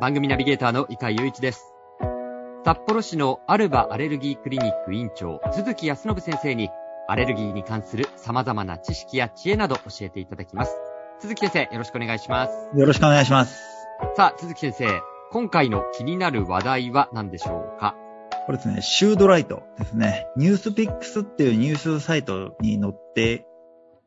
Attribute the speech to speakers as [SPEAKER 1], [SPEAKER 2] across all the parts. [SPEAKER 1] 番組ナビゲーターの伊海祐一です。札幌市のアルバアレルギークリニック院長、鈴木康信先生に、アレルギーに関する様々な知識や知恵など教えていただきます。鈴木先生、よろしくお願いします。
[SPEAKER 2] よろしくお願いします。
[SPEAKER 1] さあ、鈴木先生、今回の気になる話題は何でしょうか
[SPEAKER 2] これですね、シュードライトですね。ニュースピックスっていうニュースサイトに載って、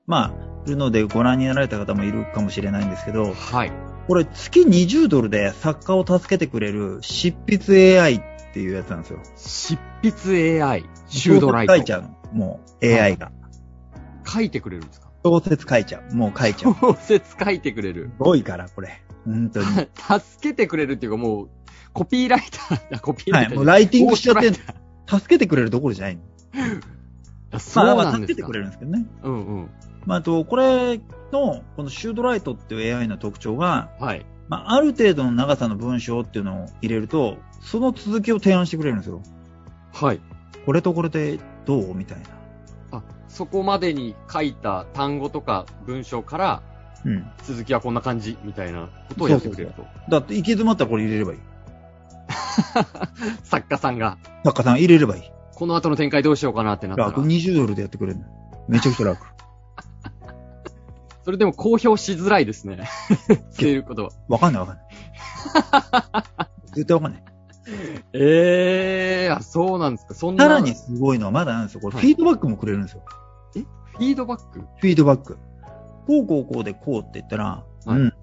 [SPEAKER 2] まあ、いるのでご覧になられた方もいるかもしれないんですけど、
[SPEAKER 1] はい。
[SPEAKER 2] これ月20ドルで作家を助けてくれる執筆 AI っていうやつなんですよ。
[SPEAKER 1] 執筆 AI? シュードライト。。
[SPEAKER 2] 書いちゃうの。もう AI が、はい
[SPEAKER 1] 書いてくれるんですか
[SPEAKER 2] 小説書いちゃう。もう書いちゃう。
[SPEAKER 1] 小説書いてくれる。
[SPEAKER 2] すごいから、これ。本 当に。
[SPEAKER 1] 助けてくれるっていうかもう、コピーライターだ、コピーライター。はい、
[SPEAKER 2] もうライティングしちゃって、助けてくれるどころじゃないの。
[SPEAKER 1] そうなん
[SPEAKER 2] ですか。まあ、助けてくれるんですけどね。
[SPEAKER 1] うんうん。
[SPEAKER 2] まあ、と、これの、このシュードライトっていう AI の特徴が、
[SPEAKER 1] はい。
[SPEAKER 2] まあ、ある程度の長さの文章っていうのを入れると、その続きを提案してくれるんですよ。
[SPEAKER 1] はい。
[SPEAKER 2] これとこれでどうみたい
[SPEAKER 1] な。あ、そこまでに書いた単語とか文章から、
[SPEAKER 2] うん。
[SPEAKER 1] 続きはこんな感じ、みたいなことをやってくれると。そうそう
[SPEAKER 2] そうだって行き詰まったらこれ入れればいい。
[SPEAKER 1] 作家さんが。
[SPEAKER 2] 作家さん入れればいい。
[SPEAKER 1] この後の展開どうしようかなってなったら。
[SPEAKER 2] 楽、20ドルでやってくれるの。めちゃくちゃ楽。
[SPEAKER 1] それでも公表しづらいです ね。っていうことは。
[SPEAKER 2] わかんないわ かんない。絶対わかんない。
[SPEAKER 1] ええー、あ、そうなんですか。そんな。
[SPEAKER 2] さらにすごいのはまだなんですよ。これ、フィードバックもくれるんですよ。
[SPEAKER 1] はい、えフィードバック
[SPEAKER 2] フィードバック。こうこうこうでこうって言ったら、はい、うん、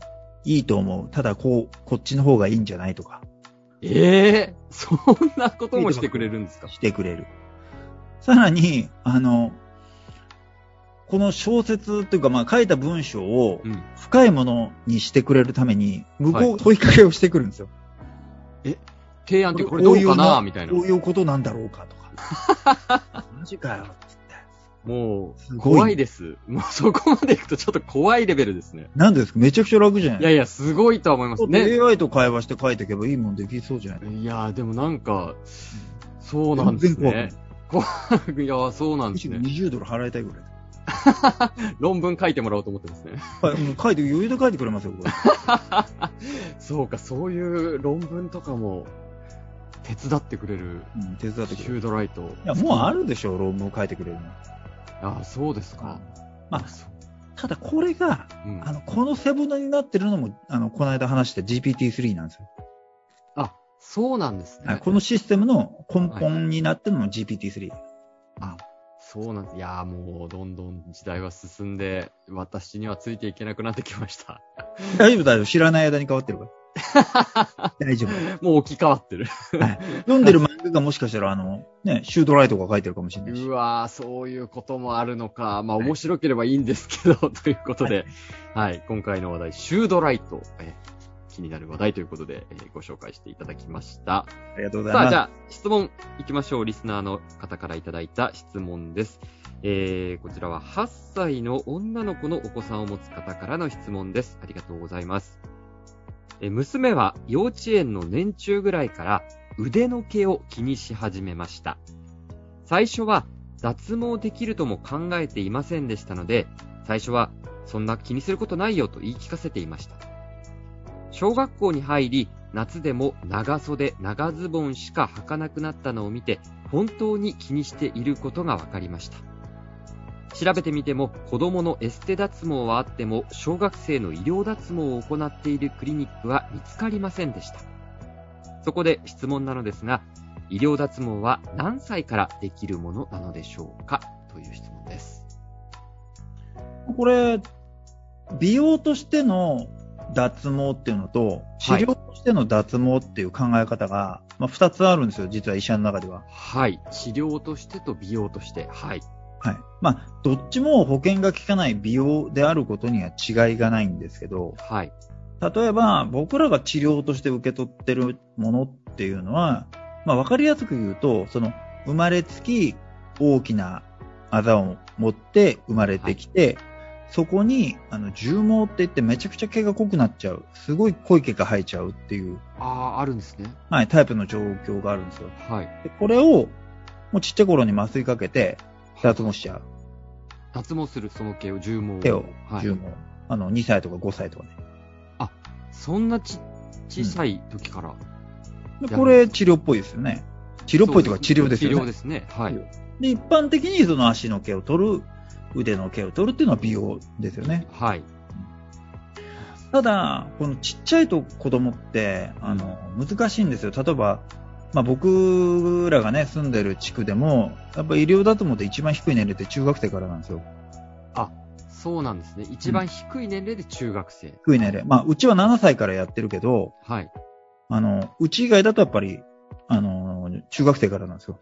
[SPEAKER 2] いいと思う。ただこう、こっちの方がいいんじゃないとか。
[SPEAKER 1] ええー、そんなこともしてくれるんですか
[SPEAKER 2] してくれる。さらに、あの、この小説というか、まあ、書いた文章を深いものにしてくれるために、向こう問いかけをしてくるんですよ。
[SPEAKER 1] はい、え提案ってこれどうかなみたいな。
[SPEAKER 2] こういうことなんだろうかとか。 マジかよ。
[SPEAKER 1] もう、怖いです。もうそこまでいくとちょっと怖いレベルですね。
[SPEAKER 2] なんですかめちゃくちゃ楽じゃない
[SPEAKER 1] いやいや、すごいとは思いますね。
[SPEAKER 2] AI と会話して書いていけばいいもんできそうじゃない
[SPEAKER 1] いやでもなんか、そうなんですね。怖い。いやそうなんですね。
[SPEAKER 2] 20ドル払いたいぐらい。
[SPEAKER 1] 論文書いてもらおうと思ってますね。
[SPEAKER 2] はい、書いて、余裕で書いてくれますよ、これ。
[SPEAKER 1] そうか、そういう論文とかも、手伝ってくれる。
[SPEAKER 2] うん、手伝ってくれる。
[SPEAKER 1] シ ュードライト。い
[SPEAKER 2] や、もうあるでしょ、論文書いてくれる
[SPEAKER 1] の。あそうですか。
[SPEAKER 2] まあ、ただこれが、うん、あの、この背骨になってるのも、あの、この間話した GPT-3 なんですよ。
[SPEAKER 1] あ、そうなんですね。
[SPEAKER 2] このシステムの根本になってるのも GPT-3。はい、
[SPEAKER 1] あ、そうなんです。いやもう、どんどん時代は進んで、私にはついていけなくなってきました。
[SPEAKER 2] 大丈夫、大丈夫。知らない間に変わってるから。 大丈夫。
[SPEAKER 1] もう置き換わってる、
[SPEAKER 2] はい。読んでる漫画がもしかしたら、あの、ね、シュートライトが書いてるかもしれないし。
[SPEAKER 1] うわー、そういうこともあるのか。まあ、面白ければいいんですけ ど、はい、ということで、はい、はい、今回の話題、シュートライト。え気になる話題ということで、えー、ご紹介していただきました。
[SPEAKER 2] ありがとうございます。さあ、
[SPEAKER 1] じゃあ、質問いきましょう。リスナーの方からいただいた質問です。えー、こちらは8歳の女の子のお子さんを持つ方からの質問です。ありがとうございます。えー、娘は幼稚園の年中ぐらいから腕の毛を気にし始めました。最初は脱毛できるとも考えていませんでしたので、最初はそんな気にすることないよと言い聞かせていました。小学校に入り、夏でも長袖、長ズボンしか履かなくなったのを見て、本当に気にしていることが分かりました。調べてみても、子供のエステ脱毛はあっても、小学生の医療脱毛を行っているクリニックは見つかりませんでした。そこで質問なのですが、医療脱毛は何歳からできるものなのでしょうかという質問です。
[SPEAKER 2] これ、美容としての脱毛っていうのと、治療としての脱毛っていう考え方が、はい、まあ、2つあるんですよ、実は医者の中では。
[SPEAKER 1] はい。治療としてと美容として。はい。
[SPEAKER 2] はい。まあ、どっちも保険が効かない美容であることには違いがないんですけど、
[SPEAKER 1] はい。
[SPEAKER 2] 例えば、僕らが治療として受け取ってるものっていうのは、まあ、わかりやすく言うと、その、生まれつき大きなあざを持って生まれてきて、そこに、あの、重毛って言ってめちゃくちゃ毛が濃くなっちゃう。すごい濃い毛が生えちゃうっていう、
[SPEAKER 1] ああ、あるんですね。
[SPEAKER 2] はい、タイプの状況があるんですよ。
[SPEAKER 1] はい。
[SPEAKER 2] でこれを、もうちっちゃい頃に麻酔かけて、脱毛しちゃう。
[SPEAKER 1] 脱毛する、その毛を、重毛
[SPEAKER 2] 毛を、
[SPEAKER 1] はい
[SPEAKER 2] 重。毛。あの、2歳とか5歳とかね。
[SPEAKER 1] そんなち、小さい時から。
[SPEAKER 2] で
[SPEAKER 1] や
[SPEAKER 2] これ、治療っぽいですよね。治療っぽいというか治療ですよ
[SPEAKER 1] 治
[SPEAKER 2] ね。
[SPEAKER 1] 療ですね。はい。
[SPEAKER 2] で、一般的にその足の毛を取る、腕の毛を取るっていうのは美容ですよね。
[SPEAKER 1] はい。
[SPEAKER 2] ただ、このちっちゃいと子供って、あの、難しいんですよ。例えば、まあ僕らがね、住んでる地区でも、やっぱ医療脱毛って一番低い年齢って中学生からなんですよ。
[SPEAKER 1] そうなんですね。一番低い年齢で中学生。
[SPEAKER 2] 低い年齢。まあうちは7歳からやってるけど、
[SPEAKER 1] はい。
[SPEAKER 2] あの、うち以外だとやっぱり、あの、中学生からなんですよ。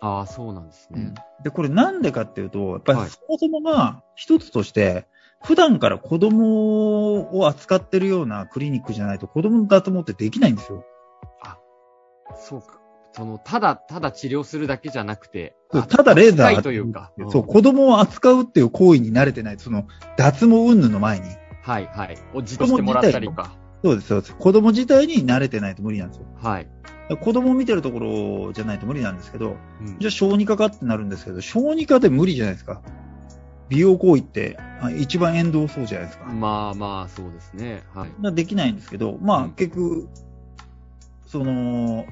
[SPEAKER 1] ああ、そうなんですね。
[SPEAKER 2] で、これなんでかっていうと、やっぱり
[SPEAKER 1] はい
[SPEAKER 2] そもそもが一つとして、普段から子供を扱ってるようなクリニックじゃないと子供の脱毛ってできないんですよ。
[SPEAKER 1] そうか。その、ただ、ただ治療するだけじゃなくて、
[SPEAKER 2] そう
[SPEAKER 1] あ
[SPEAKER 2] ただレーザー
[SPEAKER 1] 扱いというか。ん
[SPEAKER 2] そう、子供を扱うっていう行為に慣れてない、その脱毛云々の前に。
[SPEAKER 1] はい、はい。おじっとしてもらったりとか。
[SPEAKER 2] そうです、そうです。子供自体に慣れてないと無理なんですよ。
[SPEAKER 1] はい。
[SPEAKER 2] だから子供を見てるところじゃないと無理なんですけど、
[SPEAKER 1] うん
[SPEAKER 2] じゃあ小児科かってなるんですけど、小児科で無理じゃないですか。美容行為ってあ一番遠藤そうじゃないですか。
[SPEAKER 1] まあまあ、そうですね。はい。
[SPEAKER 2] ができないんですけど、まあ、
[SPEAKER 1] うん
[SPEAKER 2] 結局、その、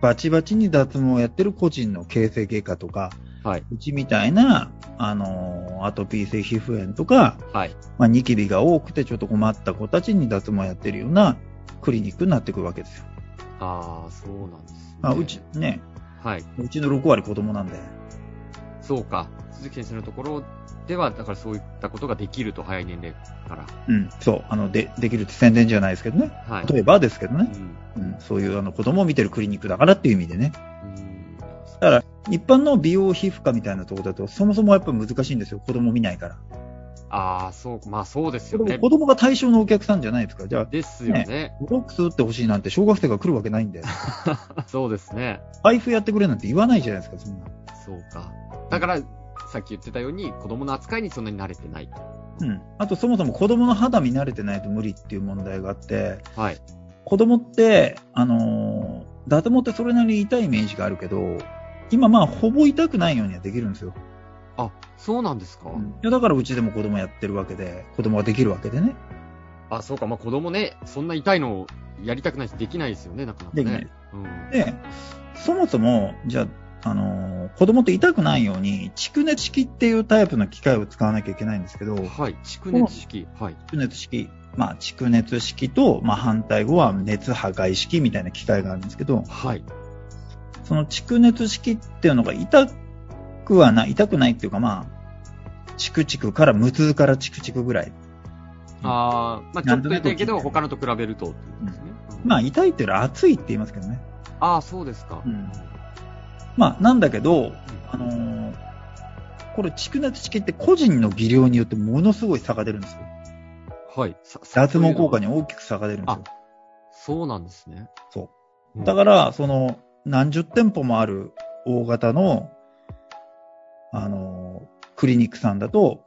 [SPEAKER 2] バチバチに脱毛をやってる個人の形成外科とか、
[SPEAKER 1] はい。
[SPEAKER 2] うちみたいな、あのーアトピー性皮膚炎とか、
[SPEAKER 1] はい。
[SPEAKER 2] まあ、ニキビが多くてちょっと困った子たちに脱毛をやってるようなクリニックになってくるわけですよ。
[SPEAKER 1] ああ、そうなんです、ね。
[SPEAKER 2] まあ、うち、ね、
[SPEAKER 1] はい。
[SPEAKER 2] うちの6割子供なんで。
[SPEAKER 1] そうか。鈴木先生のところでは、だからそういったことができると、早い年齢から。
[SPEAKER 2] うん、そう、あの、で、できるって宣伝じゃないですけどね。
[SPEAKER 1] はい。
[SPEAKER 2] 例えばですけど
[SPEAKER 1] う
[SPEAKER 2] ね。
[SPEAKER 1] ん。
[SPEAKER 2] うん、そういうあの子供を見てるクリニックだからっていう意味でね。
[SPEAKER 1] うん
[SPEAKER 2] だから、一般の美容皮膚科みたいなところだと、そもそもやっぱ難しいんですよ。子供見ないから。
[SPEAKER 1] ああ、そう、まあそうです
[SPEAKER 2] 子
[SPEAKER 1] よ
[SPEAKER 2] 供
[SPEAKER 1] ね。
[SPEAKER 2] 子供が対象のお客さんじゃないですか。じゃあ、
[SPEAKER 1] ですよね。
[SPEAKER 2] ボロックス打ってほしいなんて小学生が来るわけないんで、
[SPEAKER 1] そうですね。
[SPEAKER 2] 配布やってくれなんて言わないじゃないですか、そんな。
[SPEAKER 1] そうか。だから、さっき言ってたように、子供の扱いにそんなに慣れてない。
[SPEAKER 2] うん。あと、そもそも子供の肌見慣れてないと無理っていう問題があって、
[SPEAKER 1] はい。
[SPEAKER 2] 子供って、あのー脱毛ってそれなりに痛いイメージがあるけど、今まあ、ほぼ痛くないようにはできるんですよ。
[SPEAKER 1] あ、そうなんですか。
[SPEAKER 2] うんいや、だからうちでも子供やってるわけで、子供ができるわけでね。
[SPEAKER 1] あ、そうか。まあ子供ね、そんな痛いのをやりたくないし、できないですよね、なかなか
[SPEAKER 2] できない
[SPEAKER 1] ね。うん。
[SPEAKER 2] で、そもそも、じゃあ、あのー子供って痛くないように、蓄熱式っていうタイプの機械を使わなきゃいけないんですけど、蓄
[SPEAKER 1] はい。蓄熱式。はい。
[SPEAKER 2] 熱式、まあ、蓄熱式と、まあ、反対語は熱破壊式みたいな機械があるんですけど、
[SPEAKER 1] はい。
[SPEAKER 2] その蓄熱式っていうのが痛くはない、痛くないっていうか、まあ、チクチクから、無痛からチクチクぐらい。
[SPEAKER 1] ああ、まあちょっと痛いけど、他のと比べるとってことですね。うん
[SPEAKER 2] まあ、痛いっていうより熱いって言いますけどね。
[SPEAKER 1] ああ、そうですか。
[SPEAKER 2] うんまあ、なんだけど、あのーこれ、蓄熱式って個人の技量によってものすごい差が出るんですよ。
[SPEAKER 1] はい。さ
[SPEAKER 2] 脱毛効果。
[SPEAKER 1] さ
[SPEAKER 2] に大きく差が出るんですよ。
[SPEAKER 1] そうなんですね。
[SPEAKER 2] そ
[SPEAKER 1] うん。
[SPEAKER 2] だから、その、何十店舗もある大型の、あのークリニックさんだと、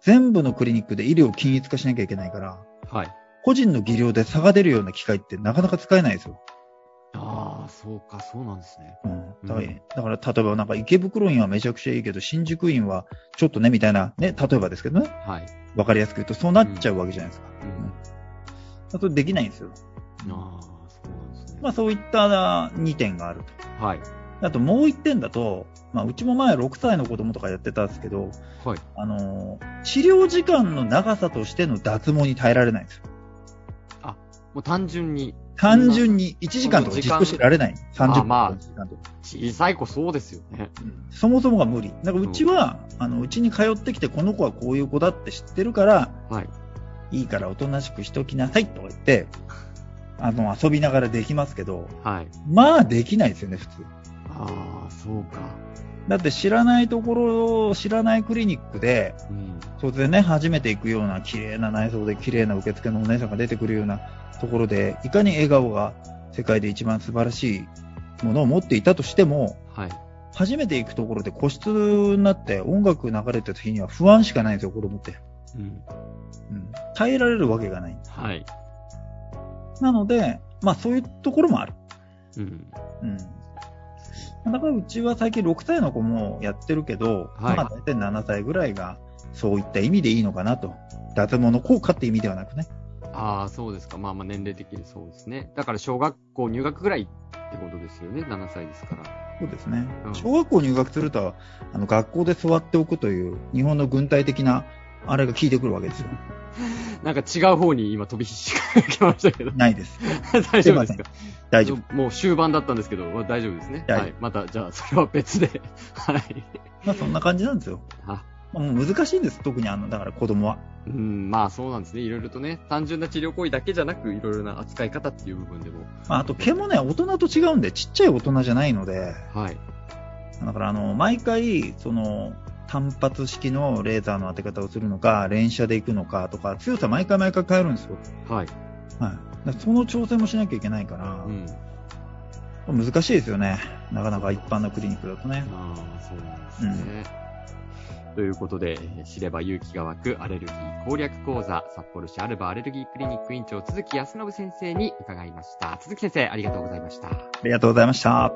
[SPEAKER 2] 全部のクリニックで医療を均一化しなきゃいけないから、
[SPEAKER 1] はい。
[SPEAKER 2] 個人の技量で差が出るような機械ってなかなか使えないですよ。
[SPEAKER 1] ああ、そうか、そうなんですね。
[SPEAKER 2] うんだか
[SPEAKER 1] う
[SPEAKER 2] ら
[SPEAKER 1] ん、
[SPEAKER 2] だから例えばなんか池袋院はめちゃくちゃいいけど、新宿院はちょっとね、みたいな、ね、例えばですけどね、
[SPEAKER 1] はい。
[SPEAKER 2] わかりやすく言うと、そうなっちゃうわけじゃないですか。
[SPEAKER 1] うん。
[SPEAKER 2] だとできないんですよ。
[SPEAKER 1] ああ、そうなんですね。
[SPEAKER 2] まあそういった2点があると。
[SPEAKER 1] はい。
[SPEAKER 2] あともう1点だと、まあうちも前6歳の子供とかやってたんですけど、
[SPEAKER 1] はい
[SPEAKER 2] あのー、治療時間の長さとしての脱毛に耐えられないんですよ。
[SPEAKER 1] もう単純に、
[SPEAKER 2] 単純に1時間とかじっとしてられない。30
[SPEAKER 1] あ
[SPEAKER 2] 分と
[SPEAKER 1] まあ
[SPEAKER 2] か一時間とか。
[SPEAKER 1] 小さい子そうですよね。
[SPEAKER 2] うんそもそもが無理。だからうちは、あの、うちに通ってきてこの子はこういう子だって知ってるから、
[SPEAKER 1] はい。
[SPEAKER 2] いいからおとなしくしておきなさいとか言って、あの、遊びながらできますけど、
[SPEAKER 1] はい。
[SPEAKER 2] まあできないですよね、普通。
[SPEAKER 1] ああ、そうか。
[SPEAKER 2] だって知らないところを知らないクリニックで、
[SPEAKER 1] うん。
[SPEAKER 2] 突然ね、初めて行くような綺麗な内装で綺麗な受付のお姉さんが出てくるようなところで、いかに笑顔が世界で一番素晴らしいものを持っていたとしても、
[SPEAKER 1] はい。
[SPEAKER 2] 初めて行くところで個室になって音楽流れてた日には不安しかないんですよ、子供って。
[SPEAKER 1] うん。
[SPEAKER 2] うん。耐えられるわけがない。
[SPEAKER 1] はい。
[SPEAKER 2] なので、まあそういうところもある。
[SPEAKER 1] うん。
[SPEAKER 2] うん。だからうちは最近6歳の子もやってるけど、
[SPEAKER 1] はい
[SPEAKER 2] まあ大体7歳ぐらいがそういった意味でいいのかなと。脱毛の効果って意味ではなくね。
[SPEAKER 1] ああ、そうですか。まあまあ年齢的にそうですね。だから小学校入学ぐらいってことですよね。7歳ですから。
[SPEAKER 2] そうですね
[SPEAKER 1] うん。
[SPEAKER 2] 小学校入学すると、あの学校で座っておくという日本の軍隊的なあれが効いてくるわけで すよ。
[SPEAKER 1] なんか違う方に今飛び火しかましたけど。
[SPEAKER 2] ないです。
[SPEAKER 1] 大丈夫ですか
[SPEAKER 2] 大丈夫。
[SPEAKER 1] もう終盤だったんですけど、まあ大丈夫ですね。
[SPEAKER 2] 大
[SPEAKER 1] は
[SPEAKER 2] 丈夫
[SPEAKER 1] い。また、じゃあ、それは別で。 はい。
[SPEAKER 2] まあそんな感じなんですよ。
[SPEAKER 1] あ
[SPEAKER 2] まあもう難しいんです、特にあの、だから子供は。
[SPEAKER 1] うん、まあそうなんですね。いろいろとね、単純な治療行為だけじゃなく、いろいろな扱い方っていう部分でも。
[SPEAKER 2] まああと毛もね、大人と違うんで、ちっちゃい大人じゃないので、
[SPEAKER 1] はい。
[SPEAKER 2] だからあの毎回その単発式のレーザーの当て方をするのか連射で行くのかとか強さ毎回毎回変えるんですよ、
[SPEAKER 1] はい。
[SPEAKER 2] はい、だからその調整もしなきゃいけないから
[SPEAKER 1] う、ん。
[SPEAKER 2] 難しいですよねなかなか一般のクリニックだとね
[SPEAKER 1] ああ、そうなんですね。ということで、えー知れば勇気が湧くアレルギー攻略講座、札幌市アルバアレルギークリニック院長、鈴木康信先生に伺いました。鈴木先生、ありがとうございました。
[SPEAKER 2] ありがとうございました